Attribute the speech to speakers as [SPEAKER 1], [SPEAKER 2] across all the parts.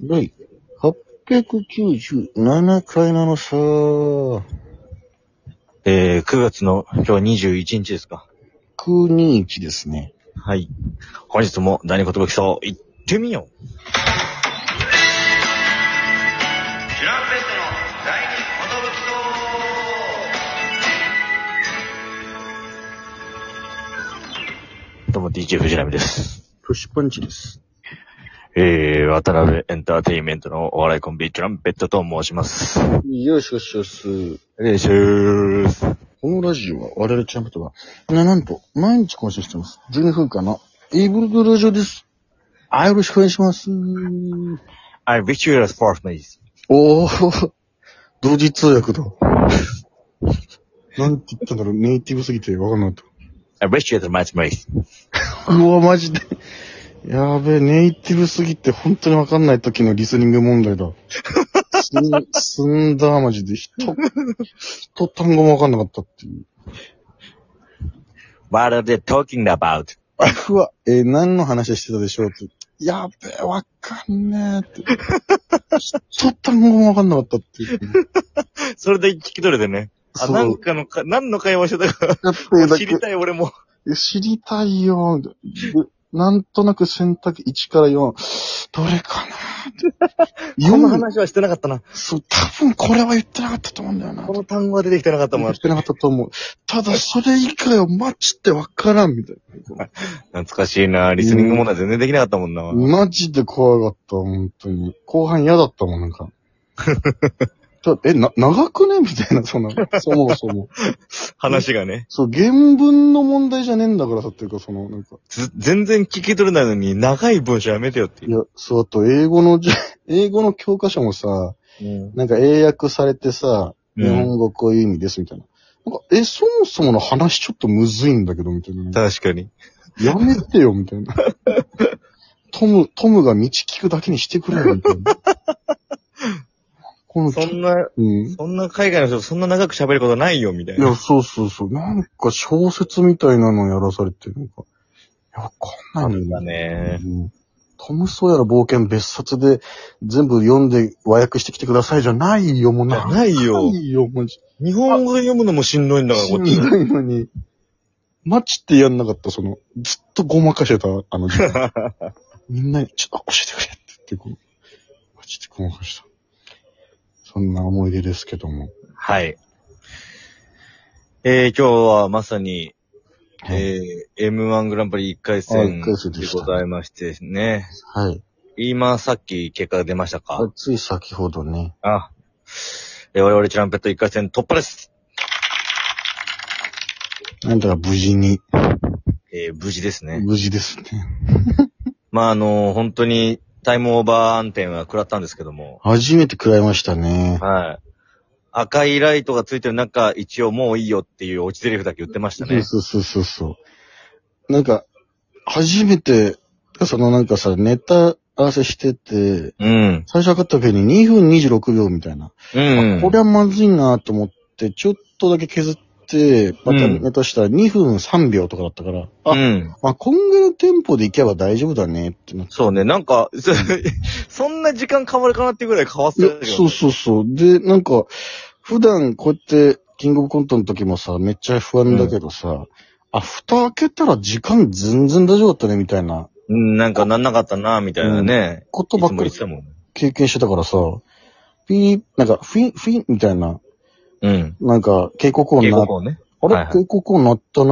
[SPEAKER 1] 第897回なのさ。
[SPEAKER 2] えー、9月の今日は21日ですか。
[SPEAKER 1] 921ですね。
[SPEAKER 2] はい。本日も第二言武器層行ってみ
[SPEAKER 3] ジ
[SPEAKER 2] よ
[SPEAKER 3] ュランペットの第二
[SPEAKER 2] うどうも DJ 藤波です。
[SPEAKER 1] プッシュパンチです。
[SPEAKER 2] えー、渡辺エンターテインメントのお笑いコンビ、トランペットと申します。
[SPEAKER 1] よしよしよし。
[SPEAKER 2] お願いします。
[SPEAKER 1] このラジオは我々チャンプとは、な、なんと、毎日更新してます。12分間のイーブルドラジオです。はい、よろしくお願いします。
[SPEAKER 2] I wish you a sport, please.
[SPEAKER 1] おー、同時通訳だ。なんて言ったんだろう、ネイティブすぎてわかんなかった。
[SPEAKER 2] I wish you a match, please.
[SPEAKER 1] うわ、マジで。やべえ、ネイティブすぎて本当にわかんない時のリスニング問題だ。すん、 すんだ、マジで。ひと、ひと単語もわかんなかったっていう。
[SPEAKER 2] What are they talking about?
[SPEAKER 1] あ、うわ、えー何の話してたでしょうって。やべえ、わかんねえって。ひと単語もわかんなかったっていう。
[SPEAKER 2] それで聞き取れてね。あ、
[SPEAKER 1] そう
[SPEAKER 2] なんかのか、何の会話してたか
[SPEAKER 1] やっぱりだ
[SPEAKER 2] 知
[SPEAKER 1] け
[SPEAKER 2] りたい俺も。
[SPEAKER 1] いや知りたいよ。でなんとなく選択1から4。どれかな って。
[SPEAKER 2] この
[SPEAKER 1] 4、
[SPEAKER 2] 話はしてなかったな。
[SPEAKER 1] そう、多分これは言ってなかったと思うんだよな
[SPEAKER 2] こ。の単語は出てきてなかったもん
[SPEAKER 1] 言っ。てなかったと思う。ただ、それ以外はマジでわからんみたい
[SPEAKER 2] 懐かしいなリスニング問題全然できなかったもんな。
[SPEAKER 1] な。マジで怖かった、本当に。後半嫌だったもん、なん か。だえ、な、長くねみたいな、そんな、そもそも。
[SPEAKER 2] 話がね。
[SPEAKER 1] そう、原文の問題じゃねえんだからさ、っていうか、その、なんか。
[SPEAKER 2] ず全然聞き取れないのに、長い文章やめてよって
[SPEAKER 1] い。や、そう、あと、英語のじ、 英語の教科書もさ、
[SPEAKER 2] うん。
[SPEAKER 1] なんか英訳されてさ、日本語こういう意味です、みたいな。なんか、え、そもそもの話ちょっとむずいんだけど、みたいな。
[SPEAKER 2] 確かに。
[SPEAKER 1] やめてよ、みたいな。トム、トムが道聞くだけにしてくれよ、みたいな。この、
[SPEAKER 2] そんな、
[SPEAKER 1] うん。い
[SPEAKER 2] そんな海外の人そんな長く喋ることないよ、みたいな。
[SPEAKER 1] や、そうそうそう。なんか小説みたいなのやらされて、なんか。いや、わかんないん
[SPEAKER 2] だね。
[SPEAKER 1] うんトム・ソーヤの冒険別冊で全部読んで和訳してきてくださいじゃないよ、もう
[SPEAKER 2] い
[SPEAKER 1] な
[SPEAKER 2] や。ないよ
[SPEAKER 1] な。いよ、マジ。
[SPEAKER 2] 日本語で読むのもしんどいんだから、
[SPEAKER 1] し
[SPEAKER 2] こ
[SPEAKER 1] ん
[SPEAKER 2] っち。
[SPEAKER 1] どいのに。マジってやんなかった、その、ずっとごまかしてた、あ の時間、みんなに、ちょっと教えてくれって言って、こう、マジでごまかした。そんな思い出ですけども。
[SPEAKER 2] はい。えー、今日はまさに、えー、M1 グランプリ1回
[SPEAKER 1] あ
[SPEAKER 2] 戦
[SPEAKER 1] 一
[SPEAKER 2] で
[SPEAKER 1] 回戦でした
[SPEAKER 2] ございましてね。
[SPEAKER 1] はい。
[SPEAKER 2] 今さっき結果が出ましたか
[SPEAKER 1] つい先ほどね。
[SPEAKER 2] あ。えー、我々チランペット1回戦突破です。
[SPEAKER 1] なんとか無事に、
[SPEAKER 2] えー、無事ですね。
[SPEAKER 1] 無事ですね。
[SPEAKER 2] まあ、あのー本当にタイムオーバー暗転は食らったんですけども、
[SPEAKER 1] 初めて食らいましたね。
[SPEAKER 2] はい。赤いライトがついてる中、一応もういいよっていう落ち台詞だけ言ってましたね。
[SPEAKER 1] そうそうそうそう。なんか、初めて、そのなんかさ、ネタ合わせしてて、
[SPEAKER 2] うん。
[SPEAKER 1] 最初測った時に2分26秒みたいな。
[SPEAKER 2] うん。
[SPEAKER 1] これはまずいなと思って、ちょっとだけ削って、またネタしたら2分3秒とかだったから、あ、
[SPEAKER 2] うん。
[SPEAKER 1] まあ、こんぐらいのテンポでいけば大丈夫だねってなって。
[SPEAKER 2] そうね、なんか、そ そんな時間変わるかなっていうぐらい変わって
[SPEAKER 1] い
[SPEAKER 2] た
[SPEAKER 1] や
[SPEAKER 2] けど、ね。
[SPEAKER 1] そうそうそう。で、なんか、普段こうやって、キングオブコントの時もさ、めっちゃ不安だけどさ、あ、蓋開けたら時間全然大丈夫だったね、みたいな
[SPEAKER 2] うん、なんかなんなかったな、みたいなね。
[SPEAKER 1] こと
[SPEAKER 2] い
[SPEAKER 1] ばっ
[SPEAKER 2] つも
[SPEAKER 1] か
[SPEAKER 2] 言
[SPEAKER 1] り
[SPEAKER 2] ってたもんね。
[SPEAKER 1] 経験してたからさ、ピー、なんか、フィン、フィンみたいな、
[SPEAKER 2] うん。
[SPEAKER 1] なんか、警告音
[SPEAKER 2] 警
[SPEAKER 1] な
[SPEAKER 2] 告、をね。
[SPEAKER 1] あれ、
[SPEAKER 2] はいはい
[SPEAKER 1] 警告音鳴ったな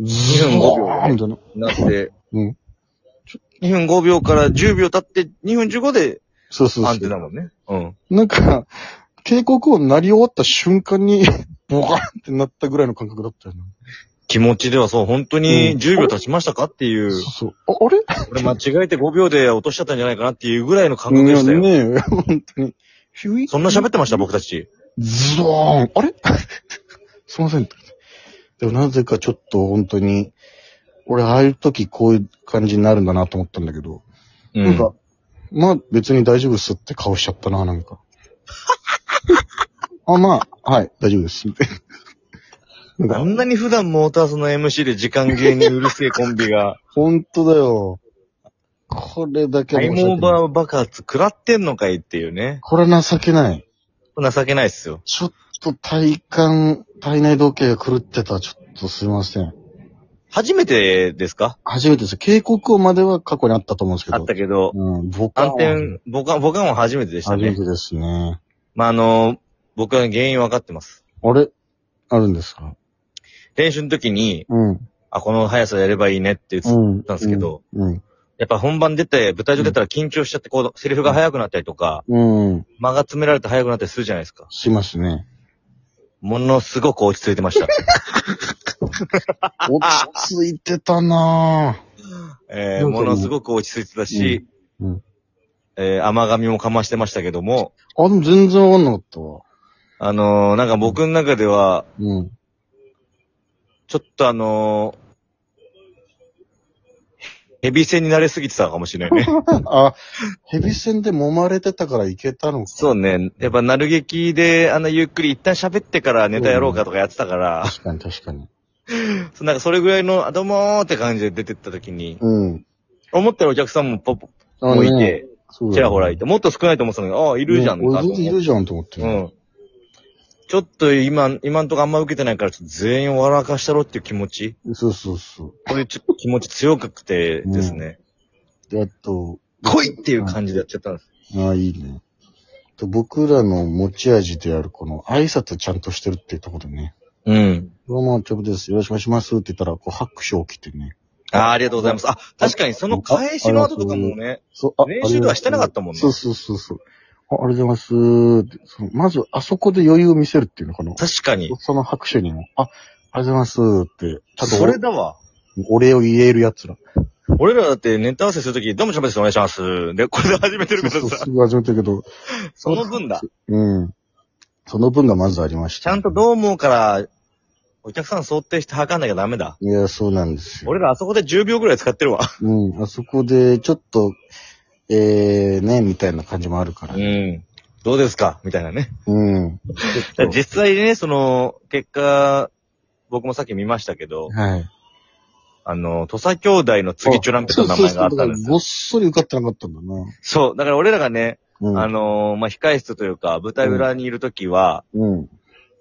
[SPEAKER 1] ズーン
[SPEAKER 2] 25秒だね
[SPEAKER 1] みたいな。
[SPEAKER 2] なって、
[SPEAKER 1] うん
[SPEAKER 2] ちょ2分5秒から10秒経って、2分15で
[SPEAKER 1] そうそう
[SPEAKER 2] 安
[SPEAKER 1] そ
[SPEAKER 2] 定だ
[SPEAKER 1] う。
[SPEAKER 2] もんね。うん。
[SPEAKER 1] なんか、警告音鳴り終わった瞬間に、 ボカンってなったぐらいの感覚だったよね。
[SPEAKER 2] 気持ちではそう、本当
[SPEAKER 1] う
[SPEAKER 2] に
[SPEAKER 1] ん
[SPEAKER 2] 10秒経ちましたかっていう、
[SPEAKER 1] そうそう。あ、あれ
[SPEAKER 2] これ間違えて5秒で落としちゃったんじゃないかなっていうぐらいの感覚
[SPEAKER 1] い
[SPEAKER 2] で
[SPEAKER 1] や
[SPEAKER 2] したよ。
[SPEAKER 1] ねえ、本当に。ひゅい
[SPEAKER 2] そんな喋ってました、僕たち。
[SPEAKER 1] ズドーンあれ すいません。でもなぜかちょっと本当に、俺ああいう時こういう感じになるんだなと思ったんだけど、
[SPEAKER 2] う
[SPEAKER 1] なん
[SPEAKER 2] ん。
[SPEAKER 1] か、まあ別に大丈夫っすって顔しちゃったな、なん か。あ、まあ、はい、大丈夫です。みたいな
[SPEAKER 2] あ
[SPEAKER 1] なんか、
[SPEAKER 2] んなに普段モータースの MC で時間芸にうるせえコンビが、
[SPEAKER 1] 本当だよ。これだけ
[SPEAKER 2] タイ
[SPEAKER 1] 申
[SPEAKER 2] ム
[SPEAKER 1] し
[SPEAKER 2] オ
[SPEAKER 1] 訳
[SPEAKER 2] ー
[SPEAKER 1] ない。
[SPEAKER 2] バー爆発食らってんのかいっていうね。
[SPEAKER 1] これ情けない。
[SPEAKER 2] 情けないっすよ。
[SPEAKER 1] ちょっと体感、体内時計が狂ってた。ちょっとすいません。
[SPEAKER 2] 初めてですか
[SPEAKER 1] 初めてです。警告音までは過去にあったと思うんですけど。
[SPEAKER 2] あったけど、
[SPEAKER 1] うん、ボカン
[SPEAKER 2] 暗転、僕は、僕はもう初めてでした
[SPEAKER 1] 初め
[SPEAKER 2] ね。
[SPEAKER 1] てですね。
[SPEAKER 2] まあ、あの、僕は原因分かってます。
[SPEAKER 1] あれあるんですか
[SPEAKER 2] 練習の時に、
[SPEAKER 1] うん。
[SPEAKER 2] あ、この速さやればいいねって言って
[SPEAKER 1] うん。
[SPEAKER 2] たんですけど、
[SPEAKER 1] うん。
[SPEAKER 2] やっぱ本番出て、舞台上出たら緊張しちゃって、こう、セリフが速くなったりとか、
[SPEAKER 1] うん。うん。
[SPEAKER 2] 間が詰められて速くなったりするじゃないですか。
[SPEAKER 1] しますね。
[SPEAKER 2] ものすごく落ち着い てました。
[SPEAKER 1] 落ち着いてたなぁ。
[SPEAKER 2] え
[SPEAKER 1] なんかも
[SPEAKER 2] ー、
[SPEAKER 1] う
[SPEAKER 2] ものすごく落ち着いてたし、
[SPEAKER 1] うんうん
[SPEAKER 2] えー、甘髪もかましてましたけども、
[SPEAKER 1] あ、でも全然わかんなかったわ。
[SPEAKER 2] あのー、なんか僕の中では、
[SPEAKER 1] うん。
[SPEAKER 2] ちょっとあのー、ヘビ戦になれすぎてたのかもしれないね。
[SPEAKER 1] あ、ヘビ戦で揉まれてたからいけたのか。
[SPEAKER 2] そうね。やっぱ、なる劇で、あの、ゆっくり一旦喋ってからネタやろうかとかやってたから、
[SPEAKER 1] 確かに確かに。
[SPEAKER 2] そうなんかそれぐらいの、あ、どうもーって感じで出てった時に、
[SPEAKER 1] うん。
[SPEAKER 2] 思ったらお客さんもポッポ
[SPEAKER 1] あ
[SPEAKER 2] もうい
[SPEAKER 1] ね
[SPEAKER 2] て、
[SPEAKER 1] そうだね
[SPEAKER 2] ちらほらいて、もっと少ないと思ってたのに、ああ、い
[SPEAKER 1] い
[SPEAKER 2] るじゃん、
[SPEAKER 1] 俺
[SPEAKER 2] あの
[SPEAKER 1] 全然いるじゃんと思って
[SPEAKER 2] う
[SPEAKER 1] ね。
[SPEAKER 2] ん。ちょっと今、今んとこあんま受けてないから、ちょっと全員笑かしたろっていう気持ち。
[SPEAKER 1] そうそうそう。
[SPEAKER 2] これちょっと気持ち強くてですね。
[SPEAKER 1] で、あと、
[SPEAKER 2] 来いっていう感じでやっちゃったんです。
[SPEAKER 1] ああ、いいね。と僕らの持ち味である、この挨拶ちゃんとしてるっていうところでね。
[SPEAKER 2] うん。
[SPEAKER 1] どうも、チョブです。よろしくお願いします。って言ったら、こう、拍手起きてね。
[SPEAKER 2] ああ、ありがとうございます。あ、確かにその返しの後とかもね、
[SPEAKER 1] そう、あ
[SPEAKER 2] 練習ではしてなかったもんね
[SPEAKER 1] そうそうそうそう。あありがとうございますって。そのまず、あそこで余裕を見せるっていうのかな。
[SPEAKER 2] 確かに。
[SPEAKER 1] その拍手にも、あ、ありがとうございますって、ちゃんと
[SPEAKER 2] それだわ。
[SPEAKER 1] お礼を言えるや つら。
[SPEAKER 2] 俺らだってネタ合わせするとき、どうもしゃべです、お願いします。で、これで始めてる
[SPEAKER 1] そうそ
[SPEAKER 2] から
[SPEAKER 1] う、
[SPEAKER 2] さ
[SPEAKER 1] す、ぐ始めてるけど。
[SPEAKER 2] その分だ。
[SPEAKER 1] うん。その分がまずありまし
[SPEAKER 2] ち
[SPEAKER 1] た、
[SPEAKER 2] ゃんとどう思うから、お客さん想定して測んなきゃダメだ。
[SPEAKER 1] いや、そうなんですよ。
[SPEAKER 2] 俺らあそこで10秒ぐらい使ってるわ。
[SPEAKER 1] うん、あそこで、ちょっと、えー、ね、みたいな感じもあるから
[SPEAKER 2] う。ん。どうですかみたいなね。
[SPEAKER 1] うん。ちょっと
[SPEAKER 2] 実際ね、その、結果、僕もさっき見ましたけど、
[SPEAKER 1] はい。
[SPEAKER 2] あの、土佐兄弟の次チュランペットの名前があったんです
[SPEAKER 1] ご
[SPEAKER 2] よ。
[SPEAKER 1] っそり受かってなかったんだな。
[SPEAKER 2] そう。だから俺らがね、
[SPEAKER 1] うん。
[SPEAKER 2] あのー、まあ、控え室というか、舞台裏にいるときは、
[SPEAKER 1] うん。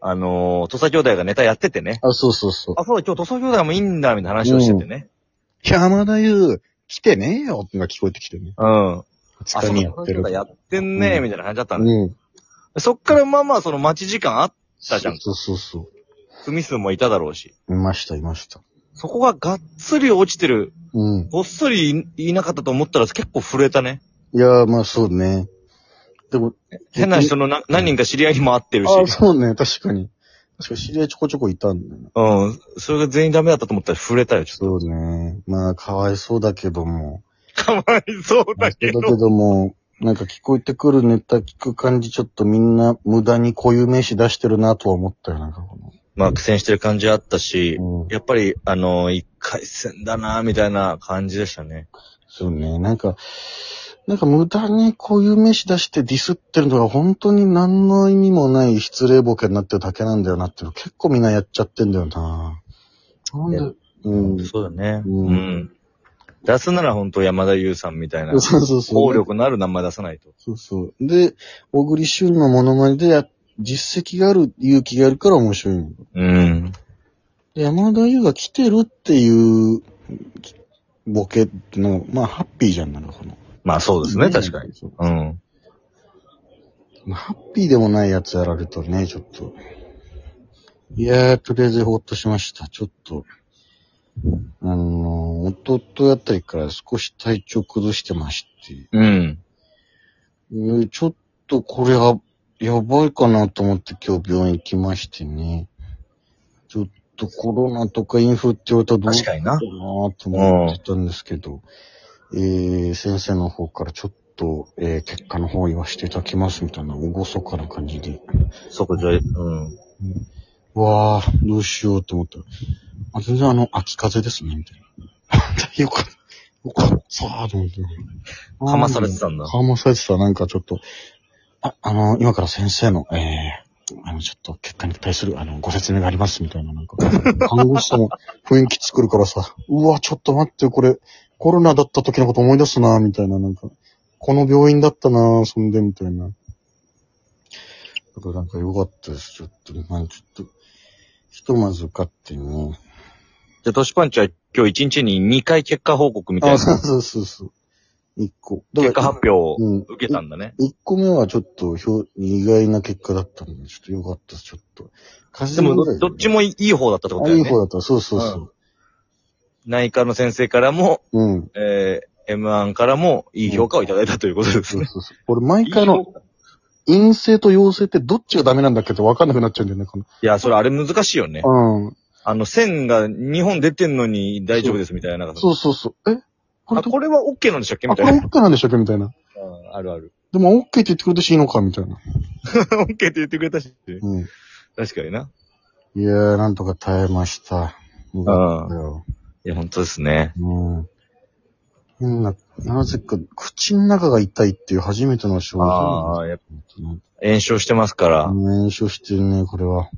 [SPEAKER 2] あのー、土佐兄弟がネタやっててね。
[SPEAKER 1] あ、そうそうそう。
[SPEAKER 2] あ、そうだ、今日土佐兄弟もいいんだ、みたいな話をしててね。
[SPEAKER 1] 山田優、来てねえよってのが聞こえてきてね。
[SPEAKER 2] うん。あ、
[SPEAKER 1] 二
[SPEAKER 2] そ
[SPEAKER 1] 日
[SPEAKER 2] う
[SPEAKER 1] に
[SPEAKER 2] だ、
[SPEAKER 1] や
[SPEAKER 2] 土
[SPEAKER 1] っ
[SPEAKER 2] 佐
[SPEAKER 1] て
[SPEAKER 2] 兄
[SPEAKER 1] る
[SPEAKER 2] 弟。やってんね、
[SPEAKER 1] うん
[SPEAKER 2] みたいな感じだった
[SPEAKER 1] う
[SPEAKER 2] の、ね
[SPEAKER 1] ん。
[SPEAKER 2] そっからまあまあ、その待ち時間あっ
[SPEAKER 1] そう
[SPEAKER 2] たじゃん
[SPEAKER 1] そうそうそ
[SPEAKER 2] 組数もいただろうし。
[SPEAKER 1] う。いました、いました。
[SPEAKER 2] そこががっつり落ちてる
[SPEAKER 1] うん。
[SPEAKER 2] ごっそりいいなかったと思ったら結構震えたね。
[SPEAKER 1] いやー、まあそうね。でも、
[SPEAKER 2] 変な人のな何人か知り合いにも会ってるし。
[SPEAKER 1] あ、そうね、確かに。確かに知り合いちょこちょこいたんだよね。
[SPEAKER 2] うん。それが全員ダメだったと思ったら震えたよ、ち ょっ
[SPEAKER 1] そうね。まあ、かわいそうだけども。
[SPEAKER 2] と。かわいそうだけ
[SPEAKER 1] だけ
[SPEAKER 2] ど。
[SPEAKER 1] ども、なんか聞こえてくるネタ聞く感じ、ちょっとみんな無駄に固有名詞出してるなとは思ったよ、なんかこ
[SPEAKER 2] まあ苦戦してる感じあったし、
[SPEAKER 1] の。うん。
[SPEAKER 2] やっぱり、あの、一回戦だな、みたいな感じでしたね。
[SPEAKER 1] そうね。なんか、なんか無駄に固有名詞出してディスってるのが本当に何の意味もない失礼ボケになってるだけなんだよなっていうの結構みんなやっちゃってんだよな。なんで、うん。
[SPEAKER 2] そうだね。
[SPEAKER 1] う
[SPEAKER 2] うんん。出すなら本当山田優さんみたいな、
[SPEAKER 1] そうそうそう。
[SPEAKER 2] 効力のある名前出さないと。
[SPEAKER 1] そうそう。で、小栗旬のモノマネでや、実績がある、勇気があるから面白いの。
[SPEAKER 2] うん。
[SPEAKER 1] で山田優が来てるっていう、ボケの、まあ、ハッピーじゃんなるこの。
[SPEAKER 2] まあそうですね、確かに。
[SPEAKER 1] に。そう
[SPEAKER 2] うん。
[SPEAKER 1] まあハッピーでもないやつやられるとね、ちょっと。いやー、とりあえずほっとしました。ちょっと。あのー、弟あたりから少し体調崩してまして、
[SPEAKER 2] うん。
[SPEAKER 1] うんちょっとこれは、やばいかなと思って今日病院行きましてね。ちょっとコロナとかインフルって言われたらどう
[SPEAKER 2] 確かにな
[SPEAKER 1] な。ぁと思ってたんですけど、えー、先生の方からちょっと、えー、結果の方を言わせていただきますみたいな、おごそかな感じで。
[SPEAKER 2] そこじゃ、うん。
[SPEAKER 1] わあ、どうしようと思ったら、あ、全然あの、秋風邪ですね、みたいな。 よかった。よかったーと思って。
[SPEAKER 2] かまされてたんだ
[SPEAKER 1] かまされてた、なんかちょっと、あ、あの、今から先生の、ええあの、ちょっと結果に対する、あの、ご説明があります、みたいな、なんか、看護師さんも雰囲気作るからさ、うわ、ちょっと待って、これ、コロナだった時のこと思い出すな、みたいな、なんか、この病院だったな、そんで、みたいな。だからなんか良かったです、ちょっと。まあちょっと、ひとまず受かってね。
[SPEAKER 2] じゃあ、トシパンチは今日1日に2回結果報告みたい
[SPEAKER 1] あ、
[SPEAKER 2] な。
[SPEAKER 1] そう
[SPEAKER 2] 結
[SPEAKER 1] そうそうそう。一個。
[SPEAKER 2] 果発表を
[SPEAKER 1] うん。
[SPEAKER 2] 受けたんだね。
[SPEAKER 1] 一個目はちょっとひょ意外な結果だったんで、ちょっと良かったです、ちょっと。
[SPEAKER 2] でもど、どっち
[SPEAKER 1] も
[SPEAKER 2] もいい方だったってことだ
[SPEAKER 1] い
[SPEAKER 2] よ
[SPEAKER 1] い方
[SPEAKER 2] ね。
[SPEAKER 1] だった、そうそうそう。
[SPEAKER 2] 内科の先生からも、
[SPEAKER 1] うん。
[SPEAKER 2] えー、M1 からもいい評価をいただいたということです
[SPEAKER 1] そう
[SPEAKER 2] ね。
[SPEAKER 1] そうそう。俺、毎回の、陰性と陽性ってどっちがダメなんだっけって分かんなくなっちゃうんだよね、こ
[SPEAKER 2] いや、それあれ難しいよね。
[SPEAKER 1] の。うん。
[SPEAKER 2] あの、線が2本出てんのに大丈夫ですみたいな。なんか
[SPEAKER 1] そうそうそう。えこれ
[SPEAKER 2] あ、
[SPEAKER 1] ど
[SPEAKER 2] これは OK なんでしたっけみ
[SPEAKER 1] あ、こ
[SPEAKER 2] た
[SPEAKER 1] れ
[SPEAKER 2] いな。
[SPEAKER 1] OK なんでしょっけみたいな。
[SPEAKER 2] うんあるある。
[SPEAKER 1] でも OK って言ってくれたしいいのかみたいな。
[SPEAKER 2] OK って言ってくれたし。
[SPEAKER 1] うん。
[SPEAKER 2] 確かにな。
[SPEAKER 1] いやー、なんとか耐えました。よかったよ。
[SPEAKER 2] いや、本当ですね。
[SPEAKER 1] うん。変な、なぜか、口の中が痛いっていう初めての症
[SPEAKER 2] あ
[SPEAKER 1] 状。
[SPEAKER 2] あ、やっ
[SPEAKER 1] 本
[SPEAKER 2] ぱ炎症してますか
[SPEAKER 1] 当
[SPEAKER 2] ら
[SPEAKER 1] に。炎症してるね、これは。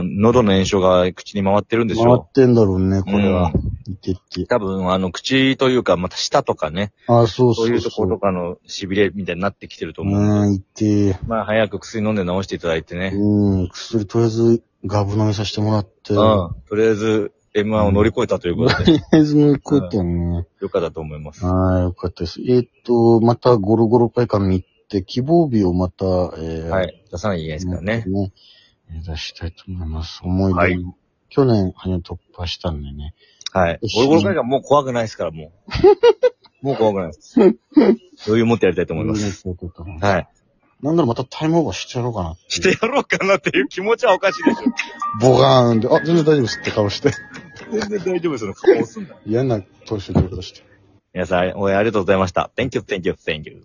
[SPEAKER 2] うん、喉の炎症が口に回ってるんで
[SPEAKER 1] 回
[SPEAKER 2] し
[SPEAKER 1] っ
[SPEAKER 2] ょ
[SPEAKER 1] てんだろうね、
[SPEAKER 2] う。
[SPEAKER 1] これは。
[SPEAKER 2] うん
[SPEAKER 1] いてって。
[SPEAKER 2] 多分、あの、口というか、また舌とかね、
[SPEAKER 1] あ、そうそ
[SPEAKER 2] そう
[SPEAKER 1] そう。
[SPEAKER 2] ういうところとかの痺れみたいになってきてると思う。
[SPEAKER 1] うん、痛い。
[SPEAKER 2] まあ、早く薬飲んで治していただいてね。
[SPEAKER 1] うん、薬とりあえず、ガブ飲みさせてもらって。
[SPEAKER 2] うん。とりあえず、M1 を乗り越えたということで、
[SPEAKER 1] とりあえずもうこうやってね。
[SPEAKER 2] よかったと思います。
[SPEAKER 1] はい、よかったです。えーっと、またゴロゴロ会館に行って、希望日をまた、えー、
[SPEAKER 2] はい。出さないといけないですからね。
[SPEAKER 1] ね。目指したいと思います。思い出の、
[SPEAKER 2] はい
[SPEAKER 1] 去年、羽突破したんでね。
[SPEAKER 2] はい。
[SPEAKER 1] よし
[SPEAKER 2] ゴルゴル会がもう怖くないですから、も う。もう怖くないです。余裕持ってやりたいと思います。
[SPEAKER 1] そういうことだと思います
[SPEAKER 2] はい。
[SPEAKER 1] なんならまたタイムオーバーしてやろうかなっていう
[SPEAKER 2] してやろうかなっていう気持ちはおかしいでしょ。
[SPEAKER 1] ボガーンで、あ、全然大丈夫ですって顔して。
[SPEAKER 2] 全然大丈夫ですよ。顔すんな。
[SPEAKER 1] 嫌な投手でことして。
[SPEAKER 2] 皆さん、応援ありがとうございました。Thank you, thank you, thank you.